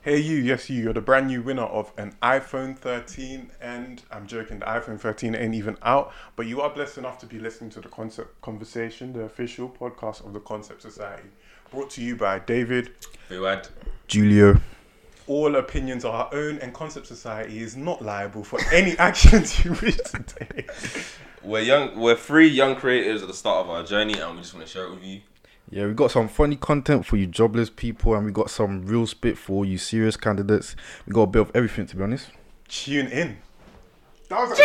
Hey you, yes you, you're the brand new winner of an iPhone 13 and I'm joking, the iPhone 13 ain't even out, but you are blessed enough to be listening to the Concept Conversation, the official podcast of the Concept Society, brought to you by David. Fuad. Julio. All opinions are our own and Concept Society is not liable for any actions you wish to take. We're young. We're three young creators at the start of our journey, and we just want to share it with you. Yeah, we got some funny content for you jobless people, and we got some real spit for all you serious candidates. We got a bit of everything, to be honest. Tune in. That was